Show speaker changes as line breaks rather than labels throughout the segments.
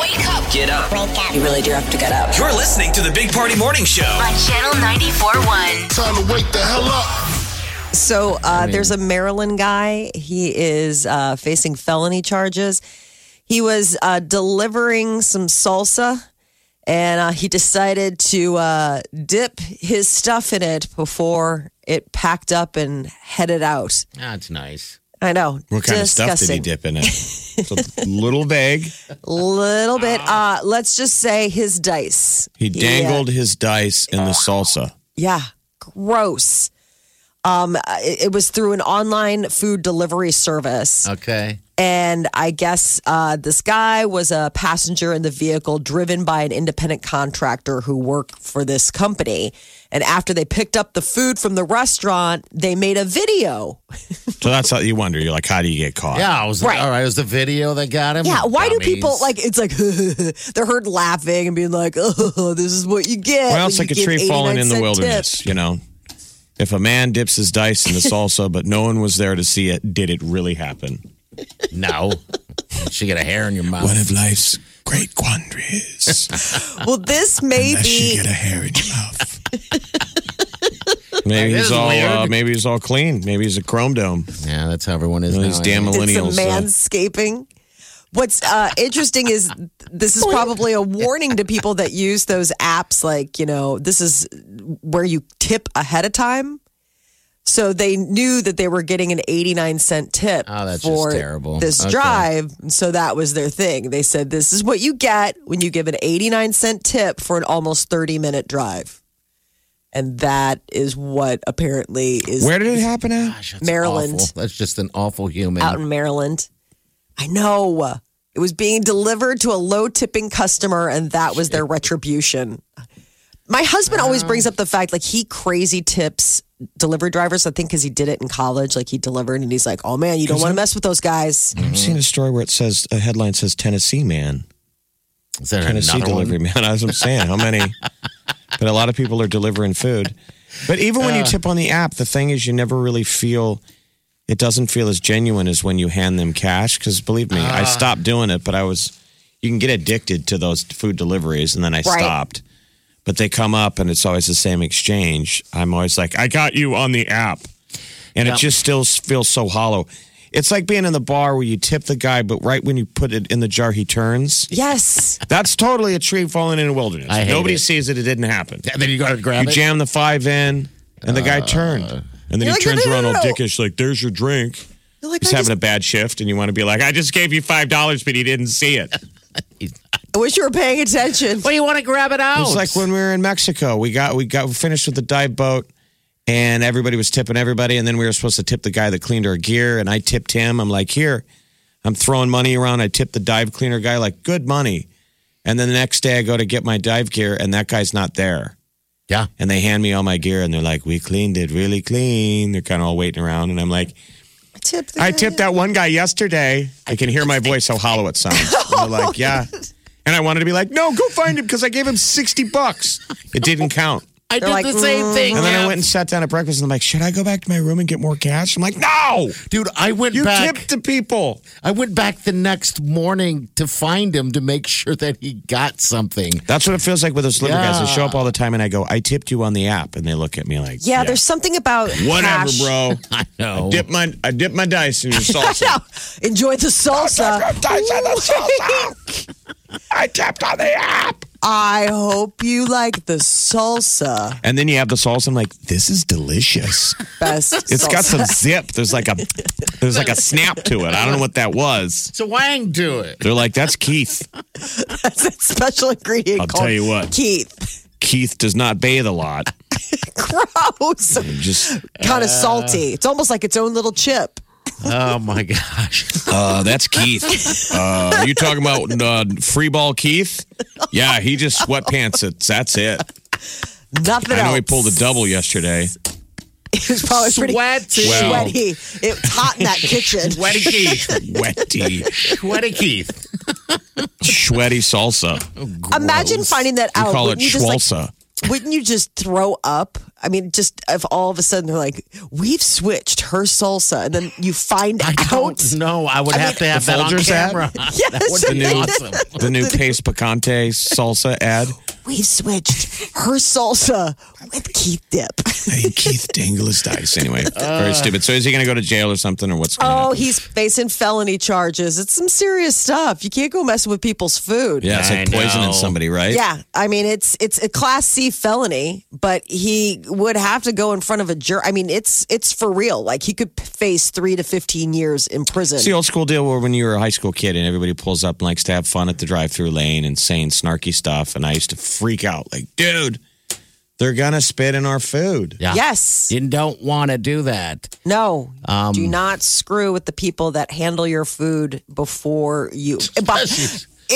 Wake up.
Get up.
You really do have to get up.
You're listening to the Big Party Morning Show.
On Channel 94.1.
Time to wake the hell up.
So uh, there's a Maryland guy. He is uh, facing felony charges. He was uh, delivering some salsa, and uh, he decided to uh, dip his stuff in it before it packed up and headed out.
That's nice.
I know.
What kind of stuff did he
Disgusting.
dip in it? It's a little vague.
Little bit. Uh, let's just say his dice.
He dangled his dice in the salsa.
Yeah, gross. Um, it, it was through an online food delivery service.
Okay.
And I guess uh, this guy was a passenger in the vehicle driven by an independent contractor who worked for this company. And after they picked up the food from the restaurant, they made a video.
So that's how you wonder. You're like, how do you get caught?
Yeah, it was
Right.
all right. It was the video that got him.
Yeah, why do
Dummies.
people like it's like they're heard laughing and being like, oh, this is what you get.
What else
when
like a
you give
tree falling in
89
the
cent
wilderness?
tips."
You know, if a man dips his dice in the salsa, but no one was there to see it, did it really happen?
No. she got a hair in your mouth.
One of life's great quandaries.
Well, this may
Unless you
be
get a hair in your mouth. maybe
That is
he's all. Uh,
weird.
maybe he's all clean. Maybe he's a chrome dome.
yeah, that's how everyone is.
One of
now,
these damn
ain't
did some
millennials. uh,
manscaping. What's uh, interesting is this is probably a warning to people that use those apps. Like you know, this is where you tip ahead of time, so they knew that they were getting an eighty-nine cent tip
Oh, that's just
for
terrible.
this
Okay.
drive. So that was their thing. They said this is what you get when you give an eighty-nine cent tip for an almost thirty-minute drive, and that is what apparently is
Where did it happen at?
Gosh, that's
Maryland.
awful. That's just an awful human.
out in Maryland. I know. It was being delivered to a low tipping customer, and that was their retribution. My husband
Oh.
always brings up the fact like he crazy tips delivery drivers, I think, because he did it in college. Like he delivered, and he's like, oh man, you don't want to mess with those guys.
I've seen a story where it says a headline says Tennessee man,
Is there
Tennessee
another one?
delivery man. As I'm saying, how many? but a lot of people are delivering food. But even
Uh.
when you tip on the app, the thing is, you never really feel. It doesn't feel as genuine as when you hand them cash. Because believe me,
Uh.
I stopped doing it, but I was. You can get addicted to those food deliveries, and then I stopped. But they come up, and it's always the same exchange. I'm always like, I got you on the app, and it
Yeah.
just still s- feels so hollow. It's like being in the bar where you tip the guy, but right when you put it in the jar, he turns.
Yes.
That's totally a tree falling in a wilderness.
I hate
Nobody
it.
sees it. It didn't happen.
And then you got to grab
You
it.
jam the five in, and the guy turned. And then he
Uh, You're like,
turns
"No, no,
around
no,
all
no."
dickish, like, there's your drink.
You're like,
He's
I,
having
just,
a bad shift, and you want to be like, I just gave you $5, but he didn't see it.
I wish you were paying attention.
well, you want to grab it out.
It's like when we were in Mexico. We got, we got we finished with the dive boat, and everybody was tipping everybody. And then we were supposed to tip the guy that cleaned our gear, and I tipped him. I'm like, here, I'm throwing money around. I tipped the dive cleaner guy, like, good money. And then the next day, I go to get my dive gear, and that guy's not there.
yeah.
and they hand me all my gear and they're like, "We cleaned it really clean." They're kind of all waiting around, and I'm like,
Tip the
"I
guy.
tipped that one guy yesterday. I can hear my voice how hollow it sounds." And they're like, "Yeah," and I wanted to be like, "No, go find him because I gave him sixty bucks. It didn't count."
I did
like, mm,
the same thing.
And then I
yeah.
went and sat down at breakfast and I'm like, "Should I go back to my room and get more cash?" I'm like, "No,
dude, I went
you
back.
tipped the people."
I went back the next morning to find him to make sure that he got something.
That's what it feels like with those delivery guys. They
Yeah.
show up all the time, and I go, "I tipped you on the app," and they look at me like,
yeah, there's something about
whatever,
cash.
bro."
I know.
Dip my I dip my dice in your salsa.
Enjoy the salsa.
I tapped on the app.
I hope you like the salsa.
And then you have the salsa. I'm like, this is delicious.
Best.
It's got
salsa.
some zip. There's like a there's like a snap to it. I don't know what that was.
So wang do it.
They're like, that's Keith.
That's a special ingredient.
I'll
called
tell you what.
Keith.
Keith does not bathe a lot.
Gross.
Just
kind of salty. It's almost like its own little chip.
Oh my gosh.
Uh, that's Keith. Uh, are you talking about uh, free ball Keith? Yeah, he just sweatpants it. That's it.
Nothing
I
else.
know he pulled a double yesterday.
It was probably pretty
Sweaty.
Wow.
sweaty. It was hot in that kitchen.
Sweaty Keith.
Sweaty,
Sweaty Keith.
sweaty salsa.
Imagine finding that
We
out.
call it
Wouldn't you just, like,
schwalsa.
wouldn't you just throw up? I mean, just if all of a sudden they're like, we've switched her salsa, and then you find
I
out.
don't know. I would have to have
the
that on
Folgers ad?
camera.
Yes.
That would be
The new-
awesome.
the new Taste Picante salsa ad.
We've switched her salsa with Keith Dip.
Hey, Keith Dingle is dice. Anyway, very stupid. So is he going to go to jail or something, or what's going on?
Oh, he's facing felony charges. It's some serious stuff. You can't go messing with people's food.
Yeah, it's like
I
poisoning
know.
somebody, right?
Yeah, I mean it's it's a class C felony, but he would have to go in front of a jury. I mean, it's it's for real. Like he could face 3 to 15 years in prison.
It's the old school deal where when you were a high school kid and everybody pulls up and likes to have fun at the drive through lane and saying snarky stuff. And I used to freak out like, dude, they're going to spit in our food.
Yeah. Um,
Yes.
You don't want to do that.
No. do not screw with the people that handle your food before you. But,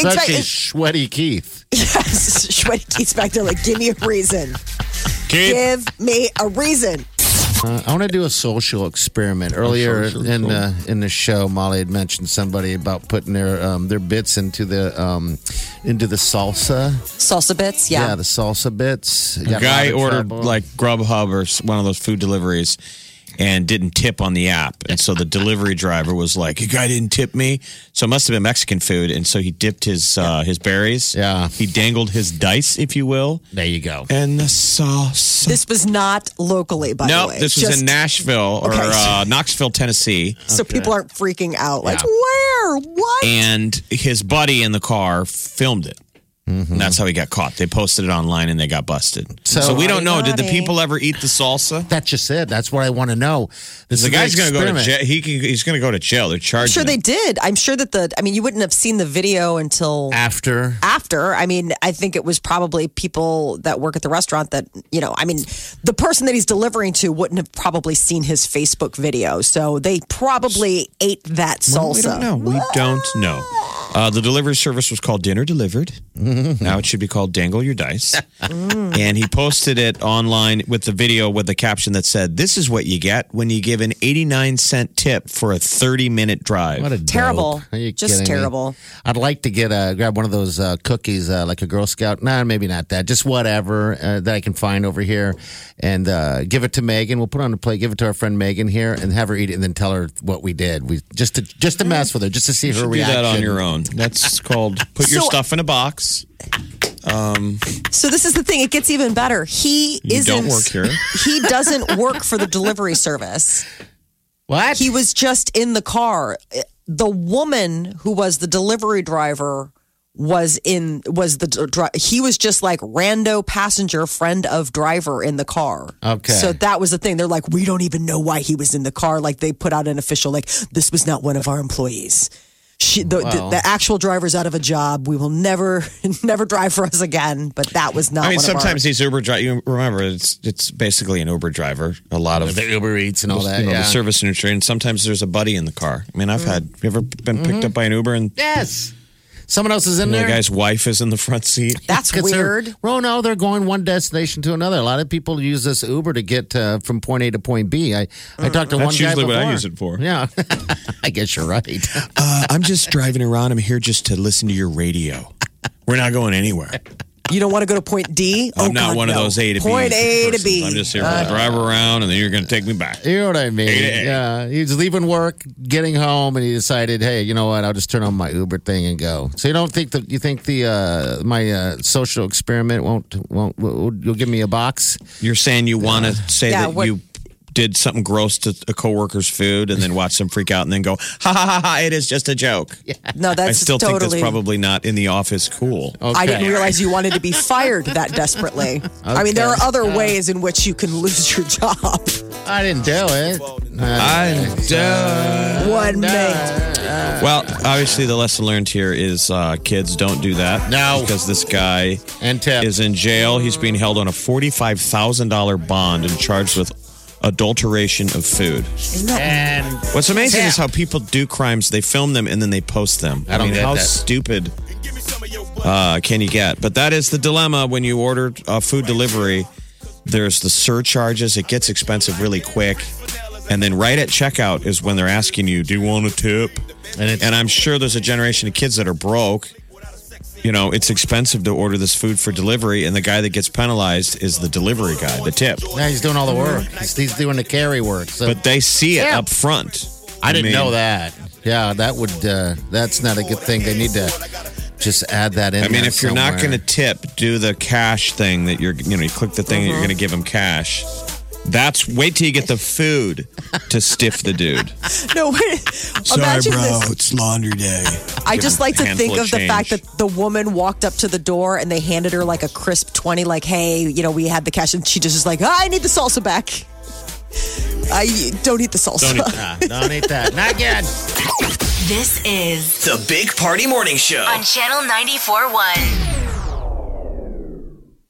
Such
exactly.
a sweaty Keith.
Yes. Sweaty Keith's back there, like, give me a reason. Give me a reason.
Uh, I want to do a social experiment. Earlier in the in the show, Molly had mentioned somebody about putting their um, their bits into the um, into the salsa.
Salsa bits, yeah.
the salsa bits.
A
Got in a lot
guy
of
ordered
trouble.
like Grubhub or s- one of those food deliveries and didn't tip on the app. And so the delivery driver was like, "You guy didn't tip me." So it must have been Mexican food. And so he dipped his uh, his berries.
Yeah.
he dangled his dice, if you will,
There you go.
and the sauce.
This was not locally, by
no,
the way.
this was
Just
in Nashville or
Okay.
uh, Knoxville, Tennessee.
So people aren't freaking out. Like,
Yeah.
where? What?
and his buddy in the car filmed it. And that's how he got caught. They posted it online and they got busted. So,
Mm-hmm. So-
we don't know. Did the
Naughty.
people ever eat the salsa?
That's just it. That's what I want to know. This
The
is an
guy's going to go to
experiment.
jail. He can, he's going to go to jail. They're
I'm
charging.
sure they
him.
did. I'm sure that the, I mean, you wouldn't have seen the video until
after.
after. I mean, I think it was probably people that work at the restaurant that, you know, I mean, the person that he's delivering to wouldn't have probably seen his Facebook video. So they probably ate that
Well,
salsa.
We don't know. We don't know. Uh, the delivery service was called Dinner Delivered. Now it should be called Dangle Your Dice.
Mm.
and he posted it online with the video with the caption that said, "This is what you get when you give an 89 cent tip for a 30 minute drive."
What a
Terrible.
dope. Are you
Just
kidding me?
terrible.
I'd like to get a grab one of those uh, cookies, uh, like a Girl Scout. Nah, maybe not that. Just whatever uh, that I can find over here, and uh, give it to Megan. We'll put it on a plate, give it to our friend Megan here, and have her eat it, and then tell her what we did. We just to just to mess with her, just to see her
should
reaction.
Do that on your own. That's called put your
So-
stuff in a box.
So this is the thing. It gets even better. He
You
isn't.
don't work here.
He doesn't work for the delivery service.
What?
He was just in the car. The woman who was the delivery driver was in was the dri- he was just like rando passenger friend of driver in the car.
Okay.
So that was the thing. They're like we don't even know why he was in the car like they put out an official like this was not one of our employees. She the,
Wow.
the, the actual driver's out of a job. We will never never drive for us again, but that was not
I mean,
one of our-
sometimes these Uber drivers. You remember, it's it's basically an Uber driver. A lot of
the Uber Eats and all that.
you know,
yeah.
the service industry, and sometimes there's a buddy in the car. I mean, I've had you ever been picked up by an Uber and
yes. Someone else is in
the
there.
guy's wife is in the front seat.
That's
'Cause they're-
weird.
Well, no, they're going one destination to another. A lot of people use this Uber to get uh, from point A to point B. I, I talked to one
Uh, That's
guy
usually what I
before.
use it for.
Yeah, I guess you're right.
Uh, I'm just driving around. I'm here just to listen to your radio. We're not going anywhere.
You don't want to go to point D.
I'm
Oh,
not
God,
one of
no.
those A to B.
Point A to
persons.
B.
I'm just here to drive around, and then you're going to take me back.
You know what I mean?
Eight to eight.
Yeah, he's leaving work, getting home, and he decided, hey, you know what? I'll just turn on my Uber thing and go. So you don't think that you think the uh, my uh, social experiment won't won't will, you'll give me a box?
You're saying you want to say
Yeah,
that
what-
you did something gross to a coworker's food and then watch them freak out and then go, ha ha ha ha, it is just a joke.
No, that's
I still
totally.
think that's probably not in the office cool.
Okay.
I didn't realize you wanted to be fired that desperately. I mean, there are other ways in which you can lose your job.
I didn't do it.
I
One may.
well, obviously, the lesson learned here is uh, kids don't do that.
No.
Because this guy
And tip.
is in jail. He's being held on a $45,000 bond and charged with adulteration of food.
And
What's amazing
Yeah.
is how people do crimes. They film them and then they post them.
I don't get
how
that.
stupid uh, can you get? But that is the dilemma when you order uh, food delivery. There's the surcharges. It gets expensive really quick, and then right at checkout is when they're asking you, "Do you want a tip?"
and it's
And I'm sure there's a generation of kids that are broke. You know, it's expensive to order this food for delivery, and the guy that gets penalized is the delivery guy, the tip.
yeah, he's doing all the work. He's, he's doing the carry work. So
But they see it up front.
I didn't
mean,
know that. Yeah, that would. Uh, that's not a good thing. They need to just add that in.
I mean,
there
if you're not going
somewhere. Mm-hmm.
to tip, do the cash thing that you're, you know, you click the thing that you're going to give him cash. That's wait till you get the food to stiff the dude.
No, wait. imagine this.
it's laundry day.
I just like to
handful
think
of
of the fact that
change.
the woman walked up to the door and they handed her like a crisp 20, like, hey, you know, we had the cash. And she just was like, "Ah, I need the salsa back. I don't eat the salsa.
Don't eat that. Don't eat that. Not yet.
This is
The Big Party Morning Show.
on Channel 94.1.